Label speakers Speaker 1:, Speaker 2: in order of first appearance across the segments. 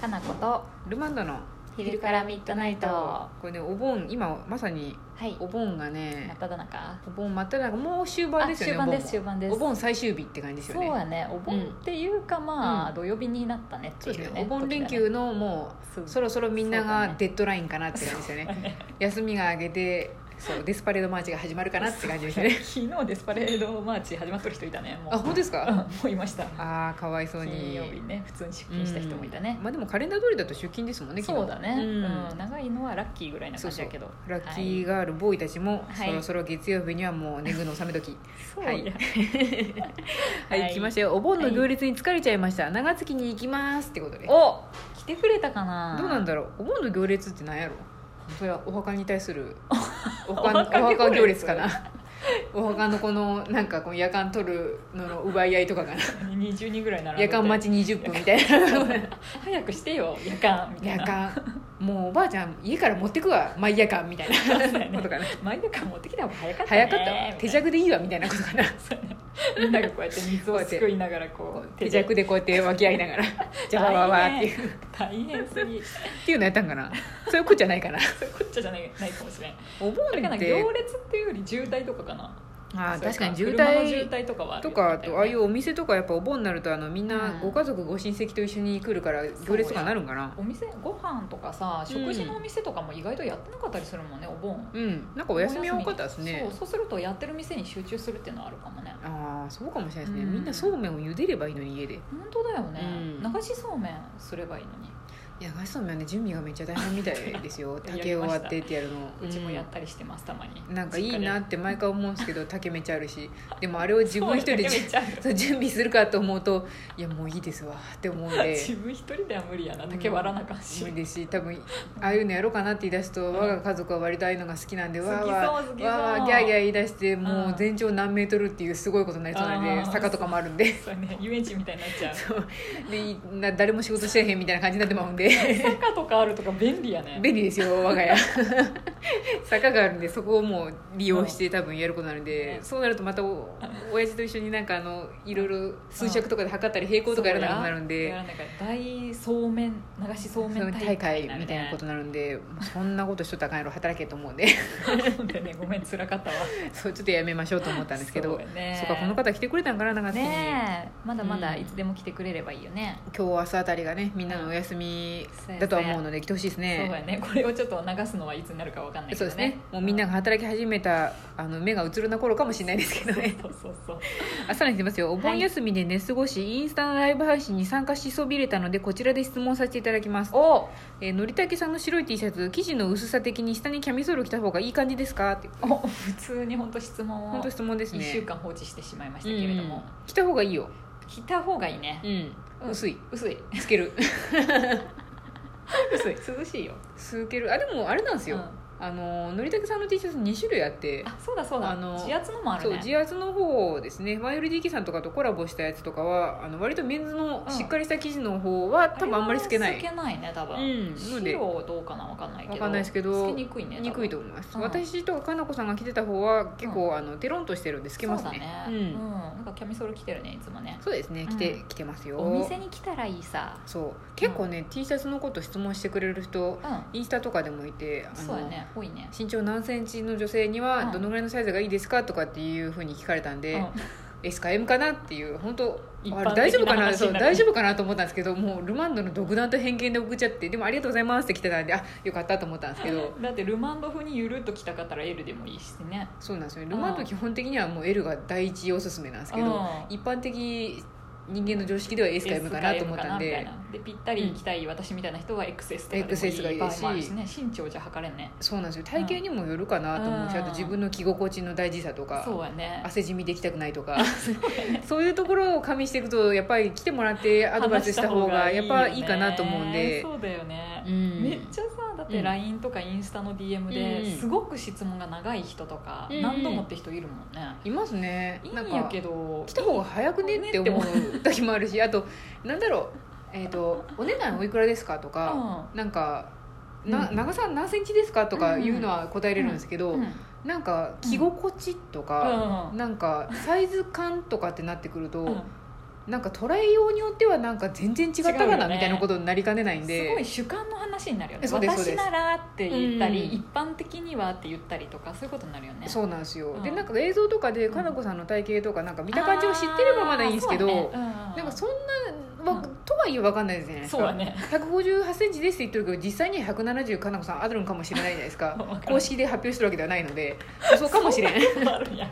Speaker 1: かなこと
Speaker 2: ルマンドの
Speaker 1: 昼からミッドナイトは
Speaker 2: これねお盆今まさに
Speaker 1: い
Speaker 2: お盆が
Speaker 1: ま
Speaker 2: ね
Speaker 1: ただ中
Speaker 2: お盆まっただ中もう終盤ですよね
Speaker 1: あ終盤です終盤で
Speaker 2: お盆も
Speaker 1: す
Speaker 2: お盆最終日って感じです
Speaker 1: そ
Speaker 2: よ
Speaker 1: う
Speaker 2: ね
Speaker 1: やねお盆っていうかまあ、
Speaker 2: うん
Speaker 1: 土曜日になったねって
Speaker 2: そう
Speaker 1: い
Speaker 2: で
Speaker 1: う
Speaker 2: す
Speaker 1: ね
Speaker 2: ねお盆連休のも
Speaker 1: そう
Speaker 2: うそろそろみんな
Speaker 1: そうだ
Speaker 2: が
Speaker 1: ね
Speaker 2: デッドラインかなって感じですよ ね休みが明けてそうデスパレードマーチが始まるかなって感じですね
Speaker 1: 昨日デスパレードマーチ始まっとる人いたねもう
Speaker 2: あ本当です
Speaker 1: うん
Speaker 2: か
Speaker 1: もういました
Speaker 2: あーかわいそうに
Speaker 1: 金曜日ね普通に出勤した人もいた
Speaker 2: う
Speaker 1: ね
Speaker 2: ん、まあでもカレンダー通りだと出勤ですもんね昨日
Speaker 1: そうだね、う
Speaker 2: うん
Speaker 1: ん長いのはラッキーぐらいな感じやけど
Speaker 2: ラッキーガールボーイたちも、
Speaker 1: はい
Speaker 2: そろそろ月曜日にはもう年貢の納め時
Speaker 1: そう
Speaker 2: は
Speaker 1: や、
Speaker 2: い
Speaker 1: はい
Speaker 2: はい、来ましたよお盆の行列に疲れちゃいました、長月に行きますってことでど
Speaker 1: お来てくれたかな
Speaker 2: うなんだろうお盆の行列って何やろそれはお墓に対す るお墓
Speaker 1: お墓行
Speaker 2: お
Speaker 1: 列
Speaker 2: 墓行列かな お墓のこのなんかこの夜間取るのの奪い合いとかかな
Speaker 1: 20人ぐらい並んで
Speaker 2: 夜間待ち20分みた いな
Speaker 1: 早くしてよ夜間みたい
Speaker 2: 夜
Speaker 1: な
Speaker 2: 間もうおばあちゃん家から持ってくわ毎夜間みたい
Speaker 1: そうやね
Speaker 2: なことかな
Speaker 1: 前夜間持ってきた方が早かったね
Speaker 2: 早かったわ手弱でいいわみたいなこと かな
Speaker 1: みんながこうやって水をすくいながらこう
Speaker 2: 手弱でこうやって湧き合い ながらじゃわわわっていう
Speaker 1: 大変すぎそ
Speaker 2: っていうのやったん かなそういうことじゃないかな
Speaker 1: ういうこっちゃじゃないないかもしれん
Speaker 2: お
Speaker 1: あれ
Speaker 2: 盆
Speaker 1: かな
Speaker 2: っ
Speaker 1: 行
Speaker 2: て
Speaker 1: 列っていうより渋滞とかかな
Speaker 2: あー
Speaker 1: そう
Speaker 2: 確かに渋
Speaker 1: 車の渋
Speaker 2: 滞
Speaker 1: 滞とかはある
Speaker 2: と
Speaker 1: よね
Speaker 2: かあとああいうお店とかやっぱお盆になるとあのみんな
Speaker 1: うん
Speaker 2: ご家族ご親戚と一緒に来るから行列とかなるんかな
Speaker 1: お店ご飯とかさ食事のお店とかも意外とやってなかったりするもんねお盆
Speaker 2: うんなんかお休み多かったですね
Speaker 1: そうそうするとやってる店に集中するっていうのはあるかもね
Speaker 2: ああそうかもしれないですね
Speaker 1: うん
Speaker 2: みんなそうめんを茹でればいいのに家で
Speaker 1: 本当だよね、
Speaker 2: うん
Speaker 1: 流しそうめんすればいいのに
Speaker 2: いやガチそうめんはね準備がめっちゃ大変みたいですよ
Speaker 1: やりました
Speaker 2: 竹を割ってってやるの
Speaker 1: うちもやったりしてますたまに
Speaker 2: うんなんかいいなって毎回思うんですけど竹めっちゃあ るしでもあれを自
Speaker 1: 自
Speaker 2: 分一人で
Speaker 1: めっちゃある
Speaker 2: そう準備するかと思うといやもういいですわって思うんで
Speaker 1: 自分一人では無理やな竹割らなあかんし、
Speaker 2: 無理ですし多分ああいうのやろうかなって言い出すと、
Speaker 1: うん
Speaker 2: 我が家族は割とああいうのが好きなんで
Speaker 1: 好
Speaker 2: わー
Speaker 1: き
Speaker 2: わ
Speaker 1: そう好
Speaker 2: ー
Speaker 1: きそう
Speaker 2: わーわーギャーギャー言い出して、
Speaker 1: う
Speaker 2: も
Speaker 1: ん
Speaker 2: う全長何メートルっていうすごいことになりそうなん
Speaker 1: あ
Speaker 2: で
Speaker 1: ー
Speaker 2: 坂とかもあるんで
Speaker 1: そうね遊園地みたいになっちゃう
Speaker 2: そうでいな誰も仕事してへんみたいな感じになってまうんで
Speaker 1: 坂とかあるとか便利やね
Speaker 2: 便利 ですよ我が家坂があるんでそこをもう利用して多分やることになるんで、
Speaker 1: うん
Speaker 2: そうなるとまたお親父と一緒になんかあのいろいろ数尺とかで測ったり平行とかやらなくなるん
Speaker 1: そう
Speaker 2: で。
Speaker 1: ややらなきゃ大そうめん流しそうめん
Speaker 2: 大
Speaker 1: 大会
Speaker 2: 会みたいなこと
Speaker 1: と
Speaker 2: になるんで、もうそんなことしとったらあかんやろ働けと思うんで
Speaker 1: でねごめん辛かったわ
Speaker 2: そうちょっとやめましょうと思ったんですけど
Speaker 1: そう
Speaker 2: そ
Speaker 1: や
Speaker 2: う,、
Speaker 1: ね
Speaker 2: かこの方来てくれたんかな長月に、
Speaker 1: ねえまだまだ
Speaker 2: うん
Speaker 1: いつでも来てくれればいいよね、
Speaker 2: 今日明日あたりがねみんなのお休みだとは思うので来てほしいです
Speaker 1: そう
Speaker 2: ね
Speaker 1: やねこれをちょっと流すのはいつになるかわかんないけ
Speaker 2: そう
Speaker 1: ど
Speaker 2: で
Speaker 1: ね
Speaker 2: すねもうみんなが働き始めたあの目がうつろな頃かもしれないですけどね
Speaker 1: そうそうそう
Speaker 2: あさらにしてますよお盆休みで寝過ごし、インスタのライブ配信に参加しそびれたのでこちらで質問させていただきます
Speaker 1: お
Speaker 2: えーのりたけさんの白い T シャツ生地の薄さ的に下にキャミソール着た方がいい感じですかって
Speaker 1: お普通に本当質問
Speaker 2: 本
Speaker 1: を
Speaker 2: 当質問です
Speaker 1: 1
Speaker 2: ね
Speaker 1: 週間放置してしまいましたけれども、
Speaker 2: 着た方がいいよ、
Speaker 1: 着た方がいいね、
Speaker 2: う
Speaker 1: う
Speaker 2: ん、
Speaker 1: ん
Speaker 2: 薄い
Speaker 1: 薄い
Speaker 2: 透 ける
Speaker 1: 薄い涼しいよ
Speaker 2: 透けるあでもあれなんですよ、
Speaker 1: う
Speaker 2: あののりたけさんの T シャツ2種類あって
Speaker 1: あそうだそうだ
Speaker 2: あの
Speaker 1: 自圧のもある
Speaker 2: そう
Speaker 1: ね
Speaker 2: 自圧の方ですねマイオリ DK さんとかとコラボしたやつとかはあの割とメンズの
Speaker 1: うん
Speaker 2: しっかりした生地の方は、多分あんまり透けな
Speaker 1: 透
Speaker 2: い
Speaker 1: けないね多分、
Speaker 2: うんので
Speaker 1: 白どうかなわかんないけど
Speaker 2: わかんないですけど
Speaker 1: 透けにくいね多分
Speaker 2: にくいと思います、
Speaker 1: うん
Speaker 2: 私とかかなこさんが着てた方は結構、あのテロンとしてるんで透けますね
Speaker 1: そうだね、うん
Speaker 2: ん、
Speaker 1: なんかキャミソール着てるねいつもね
Speaker 2: そうですね着て、
Speaker 1: うん
Speaker 2: 着てますよ
Speaker 1: お店に来たらいいさ
Speaker 2: そう結構ね、T シャツのこと質問してくれる人
Speaker 1: う
Speaker 2: インスタとかでもいてあ
Speaker 1: ん
Speaker 2: の
Speaker 1: そうやね多いね
Speaker 2: 身長何センチの女性に
Speaker 1: うん
Speaker 2: はどのぐらいのサイズがいいですかとかっていうふうに聞かれたんで、
Speaker 1: うん
Speaker 2: S か M かなっていう本当
Speaker 1: 一
Speaker 2: あ
Speaker 1: 般
Speaker 2: れ
Speaker 1: 的
Speaker 2: 大丈夫かな
Speaker 1: な話
Speaker 2: そ
Speaker 1: に
Speaker 2: う
Speaker 1: なるね
Speaker 2: 大丈夫かなと思ったんですけどもうルマンドの独断と偏見で送っちゃってでもありがとうございますって来てたんであよかったと思ったんですけど
Speaker 1: だってルマンド風にゆるっと着たかったら L でもいいしね
Speaker 2: そうなんですよね
Speaker 1: う
Speaker 2: ル
Speaker 1: ん
Speaker 2: マンド基本的にはもう L が第一おすすめなんですけ
Speaker 1: うん
Speaker 2: ど一般的人間の常識では S か M かなと思った
Speaker 1: S か
Speaker 2: ん
Speaker 1: M
Speaker 2: で
Speaker 1: かなみたいなでぴったり行きたい私みたいな人は XS とかでもいい
Speaker 2: XS がいいし
Speaker 1: 場合もあるしね身長じゃ測れんね
Speaker 2: そうなんですよ体型にもよるかなと思うし
Speaker 1: うん
Speaker 2: あと自分の着心地の大事さとか
Speaker 1: そうやね
Speaker 2: 汗染みできたくないとかそういうところを加味していくとやっぱり来てもらってアドバイスした方がやっぱいいかなと思うんで
Speaker 1: そうだよね、
Speaker 2: うん
Speaker 1: めっちゃさだっ
Speaker 2: う
Speaker 1: て
Speaker 2: ん
Speaker 1: LINE とかインスタの DM で、
Speaker 2: うん
Speaker 1: すごく質問が長い人とか、
Speaker 2: うん
Speaker 1: 何度もって人いるもんね、
Speaker 2: いますね
Speaker 1: いい
Speaker 2: なん
Speaker 1: んや
Speaker 2: か
Speaker 1: けど
Speaker 2: 来た方が早くねって思う時もあるしあとなんだろうえっとお値段おいくらですかとかなんかな
Speaker 1: うん
Speaker 2: 長さ何センチですかとかいうのは答えれるんですけ
Speaker 1: うん
Speaker 2: ど
Speaker 1: うん
Speaker 2: なんか着心地とか
Speaker 1: うん
Speaker 2: なんかサイズ感とかってなってくる
Speaker 1: うん
Speaker 2: となんか捉えようによってはなんか全然違った
Speaker 1: 違う
Speaker 2: かな、
Speaker 1: よね
Speaker 2: みたいなことになりかねないん
Speaker 1: す
Speaker 2: で
Speaker 1: ごい主観の話になるよね
Speaker 2: そうですそうで
Speaker 1: 私な
Speaker 2: す
Speaker 1: らって言ったり、
Speaker 2: うん
Speaker 1: 一般的にはって言ったりとかそういうことになるよね
Speaker 2: そうなんですよ、
Speaker 1: うん
Speaker 2: でなんか映像とかで
Speaker 1: うん
Speaker 2: かなこさんの体型とかなんか見た感じを知ってればまだいいんですけど、
Speaker 1: あーそうだねうんうん
Speaker 2: なんかそんな、わ
Speaker 1: うん
Speaker 2: とはいえ分かんないですね
Speaker 1: そうだね
Speaker 2: 158センチですって言ってるけど実際には170かなこさんあるのかもしれないじゃないです
Speaker 1: わかん
Speaker 2: か
Speaker 1: ない
Speaker 2: 公式で発表してるわけではないので嘘かもしれん
Speaker 1: あるやん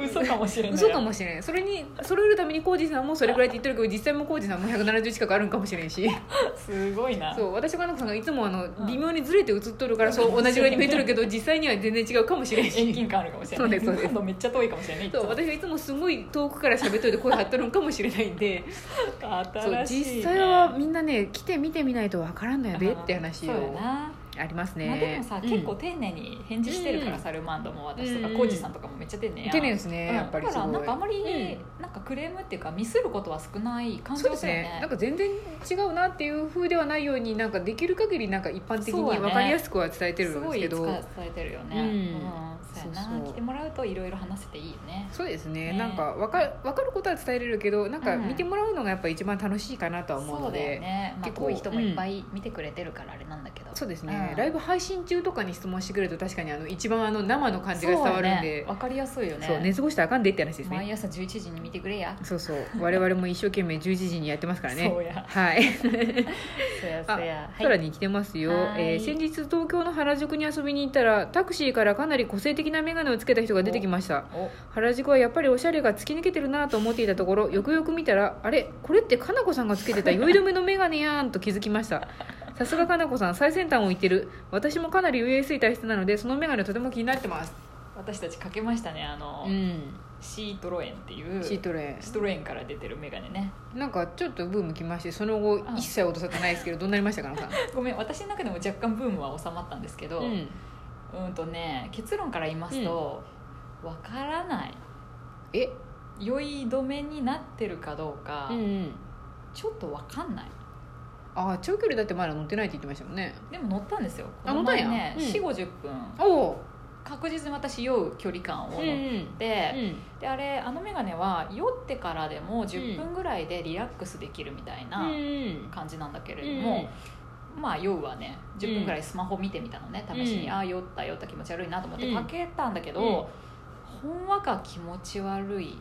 Speaker 1: 嘘かもしれない
Speaker 2: 嘘かもしれんそれにそれを得るために浩二さんもそれぐらいって言ってるけど実際も浩二さんも170近くあるんかもしれんし
Speaker 1: すごいな
Speaker 2: そう私とかなこさんがいつもあの
Speaker 1: ん
Speaker 2: 微妙にずれて映っとるからそう同じぐらいに見えとるけど実際には全然違うかもしれん
Speaker 1: 遠
Speaker 2: し
Speaker 1: 近感あるかもしれない
Speaker 2: そうですそうです
Speaker 1: 今度めっちゃ遠いかもしれない
Speaker 2: そう私はいつもすごい遠くから喋っといて声張っとるんかもしれないんでそう
Speaker 1: 新しい、ね、
Speaker 2: 実際はみんなね来て見てみないとわからんのやでって話
Speaker 1: そう
Speaker 2: を
Speaker 1: やな
Speaker 2: ありますね、
Speaker 1: まあ、でもさ、
Speaker 2: うん
Speaker 1: 結構丁寧に返事してるから、
Speaker 2: うん
Speaker 1: サルマンドも私と
Speaker 2: う
Speaker 1: か
Speaker 2: ん
Speaker 1: コージさんとかもめっちゃ丁寧やん
Speaker 2: 丁寧ですね、
Speaker 1: うん
Speaker 2: やっぱり
Speaker 1: だ
Speaker 2: す
Speaker 1: から
Speaker 2: ご
Speaker 1: なん
Speaker 2: い
Speaker 1: かあまり、
Speaker 2: う
Speaker 1: なんかクレームっていうかミスることは少ない感じ
Speaker 2: そう
Speaker 1: が
Speaker 2: です
Speaker 1: するよ
Speaker 2: ね
Speaker 1: ね
Speaker 2: なんか全然違うなっていう風ではないようになんかできる限りなんか一般的に
Speaker 1: そうだね
Speaker 2: 分かりやすくは伝えてる
Speaker 1: す
Speaker 2: んで
Speaker 1: ご
Speaker 2: す
Speaker 1: い
Speaker 2: け
Speaker 1: 伝
Speaker 2: ど
Speaker 1: え伝えてるよね、
Speaker 2: うん
Speaker 1: そうやな
Speaker 2: そうそう
Speaker 1: 来てもらうといろいろ話せていいよね
Speaker 2: そうですね
Speaker 1: ね
Speaker 2: なんか分か分かることは伝えれるけどなんか
Speaker 1: うん
Speaker 2: 見てもらうのがやっぱ一番楽しいかなとは思う
Speaker 1: そ
Speaker 2: の
Speaker 1: うだ
Speaker 2: で、
Speaker 1: よね、まあ、
Speaker 2: 結構
Speaker 1: 遠い人もいっぱい見てくれてるからあれなんだけど、
Speaker 2: そうですね、
Speaker 1: うん
Speaker 2: ライブ配信中とかに質問してくれると確かにあの一番あの生の感じが伝わるん
Speaker 1: そうや
Speaker 2: で
Speaker 1: ねわかりやすいよね
Speaker 2: そう寝過ごしたらあかんでって話ですね
Speaker 1: 毎朝11時に見てくれや
Speaker 2: そうそう我々も一生懸命11時にやってますからね
Speaker 1: そうや
Speaker 2: はい
Speaker 1: そうやそうや
Speaker 2: さらに来てますよ、
Speaker 1: はい
Speaker 2: えー先日東京の原宿に遊びに行ったらタクシーからかなり個性的な眼鏡をつけた人が出てきました
Speaker 1: お
Speaker 2: 原宿はやっぱりおしゃれが突き抜けてるなと思っていたところよくよく見たらあれこれってかなこさんがつけてた酔い止めの眼鏡やんと気づきま したさすがかなこさん最先端を言ってる私もかなり優越い体質なのでその眼鏡とても気になってます
Speaker 1: 私たちかけましたねあの、
Speaker 2: うん
Speaker 1: シートロエンっていう
Speaker 2: シートレ
Speaker 1: シトロエンから出てるメガネね
Speaker 2: ンなんかちょっとブーム来ましてその後
Speaker 1: ん
Speaker 2: 一切落とされてないですけどどうなりましたかなこさん
Speaker 1: ごめん私の中でも若干ブームは収まったんですけど、
Speaker 2: うん
Speaker 1: うんとね結論から言いますと、わからない
Speaker 2: え
Speaker 1: 酔い止めになってるかどうか、
Speaker 2: うんうん
Speaker 1: ちょっとわかんない
Speaker 2: ああ長距離だってまだ乗ってないって言ってましたもんね
Speaker 1: でも乗ったんですよ
Speaker 2: あ
Speaker 1: この前ね、
Speaker 2: 乗ったんや
Speaker 1: 4 5 0分
Speaker 2: おお
Speaker 1: 確実に私酔う距離感を乗っ
Speaker 2: うん
Speaker 1: て、
Speaker 2: うん
Speaker 1: であれあの眼鏡は酔ってからでも10分ぐらいでリラックスできるみたいな感じなんだけれども、まあ酔うはね10分ぐらいスマホ見てみたのね試しに、
Speaker 2: うん
Speaker 1: ああ酔った酔った気持ち悪いなと思っ
Speaker 2: う
Speaker 1: て
Speaker 2: ん
Speaker 1: かけたんだけど、ほんわか気持ち悪い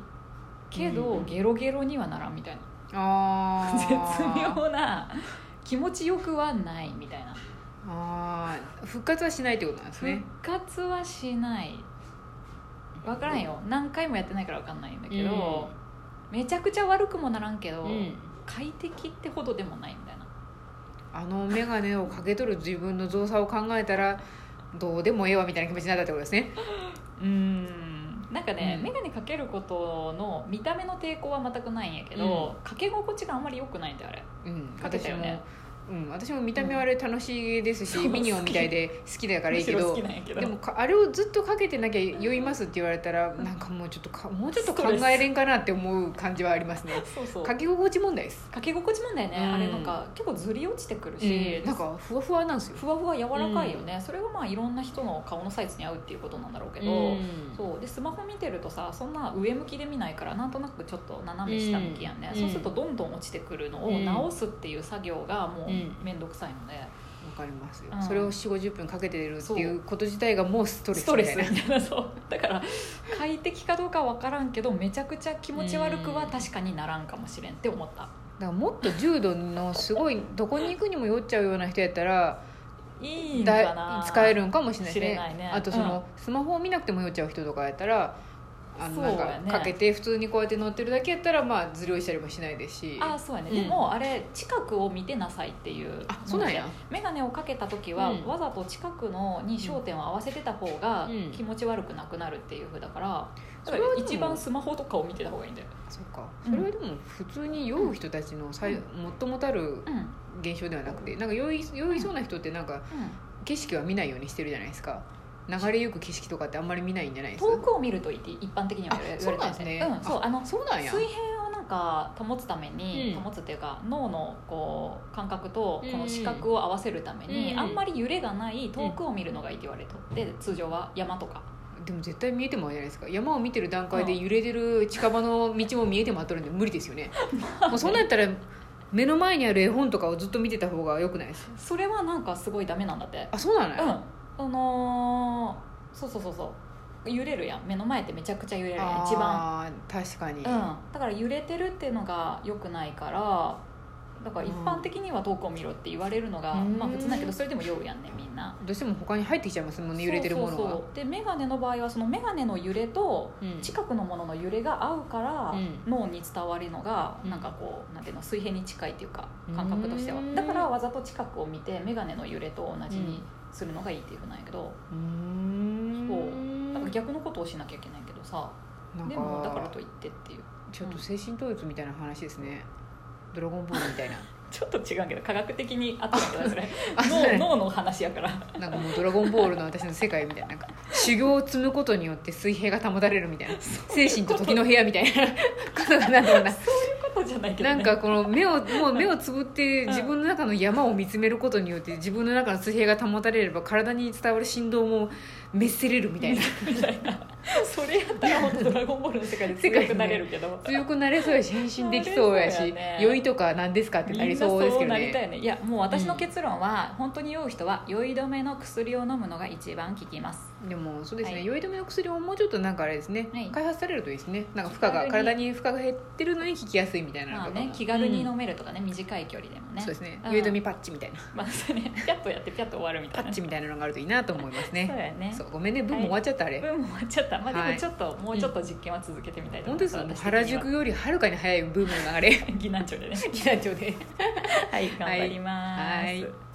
Speaker 1: けど、
Speaker 2: うん
Speaker 1: ゲロゲロにはならんみたいな
Speaker 2: あ
Speaker 1: 絶
Speaker 2: ー
Speaker 1: 妙な気持ちよくはないみたいな
Speaker 2: あー復活はしないってことなんです
Speaker 1: 復
Speaker 2: ね
Speaker 1: 活はしない分からんよ何回もやってないから分かんないんだけど、めちゃくちゃ悪くもならんけど、
Speaker 2: うん
Speaker 1: 快適ってほどでもないみたいな
Speaker 2: あの眼鏡をかけとる自分の造作を考えたらどうでもええわみたいな気持ちになったってことですね
Speaker 1: うんなんかね、
Speaker 2: うん
Speaker 1: 眼鏡かけることの見た目の抵抗は全くないんやけど、かけ心地があんまり良くないんだよあれ
Speaker 2: うん
Speaker 1: かけたよね
Speaker 2: 私もうん、私も見た目はあれ楽しいですし、
Speaker 1: うん
Speaker 2: ミニオンみたいで好きだからいいけ
Speaker 1: むしろ
Speaker 2: ど
Speaker 1: 好きなんやけど
Speaker 2: でもかあれをずっとかけてなきゃ酔いますって言われたらなんかもうちょっとかもうちょっと考えれんかなって思う感じはありますね
Speaker 1: そうそう
Speaker 2: か
Speaker 1: か
Speaker 2: け心地問題です、
Speaker 1: け心地もんだよね、
Speaker 2: うん
Speaker 1: あれなんか結構ずり落ちてくる
Speaker 2: う
Speaker 1: し、
Speaker 2: ん、なんかふわふわなんですよ
Speaker 1: ふわふわ柔らかいよね、それがまあいろんな人の顔のサイズに合うっていうことなんだろうけど、
Speaker 2: うん
Speaker 1: そうでスマホ見てるとさそんな上向きで見ないからなんとなくちょっと斜め下向きやんね、
Speaker 2: うん
Speaker 1: そうするとどんどん落ちてくるのを
Speaker 2: うん
Speaker 1: 直すっていう作業がも
Speaker 2: う
Speaker 1: う
Speaker 2: ん
Speaker 1: 面倒くさいので、
Speaker 2: わかりますよ、
Speaker 1: うん
Speaker 2: それを4 5 0分かけてるっていうこと自体がもうストレス
Speaker 1: ストレス
Speaker 2: みたい
Speaker 1: みたいな そうだから快適かどうかは分からんけどめちゃくちゃ気持ち悪くは確かにならんかもしれんって思った
Speaker 2: なだからもっと重度のすごいどこに行くにも酔っちゃうような人やったら
Speaker 1: いいんか
Speaker 2: だ
Speaker 1: ない
Speaker 2: 使えるんかもしれない
Speaker 1: 知れないね
Speaker 2: あとその、スマホを見なくても酔っちゃう人とかやったらあのなん
Speaker 1: そうやね
Speaker 2: かかけて普通にこうやって乗ってるだけやったらまあずり落したりもしないですし
Speaker 1: ああそうやね、
Speaker 2: うん
Speaker 1: でもあれ近くを見てなさいっていう
Speaker 2: あそうなんや
Speaker 1: 眼鏡をかけた時は、
Speaker 2: うん
Speaker 1: わざと近くのに焦点を合わせてた方が
Speaker 2: うん
Speaker 1: 気持ち悪くなくなるっていうふうだから,、
Speaker 2: それはでも
Speaker 1: 一番スマホとかを見てた方がいいんだよ、
Speaker 2: そうか
Speaker 1: うん
Speaker 2: それはでも普通に酔う人たちの最、
Speaker 1: う
Speaker 2: もっともたる
Speaker 1: うんうん、
Speaker 2: 現象ではなくてなんか酔い酔いそうな人ってなんか景色は見ないようにしてるじゃないですか流れゆく景色とかってあんまり見ないんじゃないですか
Speaker 1: 遠くを見るといいって一般的には言われ
Speaker 2: あ
Speaker 1: 言われて
Speaker 2: そうなんですね
Speaker 1: うん、そうあの
Speaker 2: そうなんや
Speaker 1: 水平をなんか保つために、
Speaker 2: うん
Speaker 1: 保つっていうか脳のこう感覚とこ
Speaker 2: うん
Speaker 1: の視覚を合わせるために、
Speaker 2: うん
Speaker 1: あんまり揺れがない遠くを見るのがいいって言われとって通常は山とか
Speaker 2: でも絶対見えてもあれじゃないですか山を見てる段階で揺れてる近場の道も見えてもあっとるんで無理ですよ ねもうそんなんやったら目の前にある絵本とかをずっと見てた方がよくないです
Speaker 1: それはなんかすごいダメなんだって
Speaker 2: あそうなの
Speaker 1: う
Speaker 2: よ、
Speaker 1: んあのーそうそうそうそう揺れるやん目の前ってめちゃくちゃ揺れるやん一番
Speaker 2: あー確かに、
Speaker 1: うんだから揺れてるっていうのがよくないからだから一般的には遠くを見ろって言われるのが、
Speaker 2: うん
Speaker 1: まあ普通だけどそれでも酔うやんねみんな
Speaker 2: どうしても他に入ってきちゃいますもんね揺れてるものが
Speaker 1: そうそうそうで眼鏡の場合はその眼鏡の揺れと
Speaker 2: うん
Speaker 1: 近くのものの揺れが合うから、
Speaker 2: うん
Speaker 1: 脳に伝わるのが
Speaker 2: うん
Speaker 1: なんかこうなんていうの水平に近いっていうか
Speaker 2: うん
Speaker 1: 感覚としてはだからわざと近くを見て眼鏡の揺れと同じにするのがいいっていうふうなんやけど、
Speaker 2: うーん
Speaker 1: そうだから逆のことをしなきゃいけないけどさ
Speaker 2: なん
Speaker 1: でもだからといってっていう
Speaker 2: ちょっと精神統一みたいな話ですね、ドラゴンボールみた いな
Speaker 1: ちょっと違うけど科学的に合ってるんだよね
Speaker 2: あ
Speaker 1: そ
Speaker 2: そう
Speaker 1: れ
Speaker 2: だ
Speaker 1: 脳
Speaker 2: ね
Speaker 1: 脳の話やから
Speaker 2: なんかもう「ドラゴンボール」の私の世界みたいななんか修行を積むことによって水平が保たれるみたいな精神と時の部屋みたいなことがなんだろうな
Speaker 1: ことじゃないけど、ね、
Speaker 2: なんかこの目をもう目をつぶって自分の中の山を見つめることによって自分の中の水平が保たれれば体に伝わる振動も滅せれるみたいな
Speaker 1: みたいなそれやったら本当ドラゴンボールの世界で強くなれるけど、
Speaker 2: 強くなれそうやし変身できそう
Speaker 1: な
Speaker 2: や
Speaker 1: れそう
Speaker 2: し
Speaker 1: やね
Speaker 2: 酔いとか何ですかってなりそうですけど
Speaker 1: みんなそうなりたい
Speaker 2: ね
Speaker 1: よねいやもう私の結論は、本当に酔う人は酔い止めの薬を飲むのが一番効きます
Speaker 2: でもそうですね、
Speaker 1: はい
Speaker 2: 酔い止めの薬ももうちょっとなんかあれですね、
Speaker 1: はい
Speaker 2: 開発されるといいですねなんか負荷が
Speaker 1: 気軽に
Speaker 2: 体に負荷が減ってるのに効きやすいみたいなの
Speaker 1: まあ
Speaker 2: とかも
Speaker 1: ね気軽に
Speaker 2: うん
Speaker 1: 飲めるとかね、短い距離でもね
Speaker 2: そうですね、
Speaker 1: うん
Speaker 2: 酔い止めパッチみたいな
Speaker 1: まあそれピャッとやってピャッと終わるみた
Speaker 2: パ
Speaker 1: いな
Speaker 2: ッチみたいなのがあるといいなと思います
Speaker 1: そう
Speaker 2: ね
Speaker 1: やね
Speaker 2: そうごめんね分も終わっちゃったあれ、
Speaker 1: 分も終わっちゃったまあで
Speaker 2: は
Speaker 1: も
Speaker 2: い
Speaker 1: ちょっと、もうちょっと実験は続けてみたいと
Speaker 2: 本
Speaker 1: 思
Speaker 2: 当
Speaker 1: い
Speaker 2: で
Speaker 1: ますす、
Speaker 2: よね
Speaker 1: 私的には
Speaker 2: 原宿よりはるか に早いブームの流れ
Speaker 1: 避難所でね
Speaker 2: 避難所で
Speaker 1: はい頑張ります、
Speaker 2: はい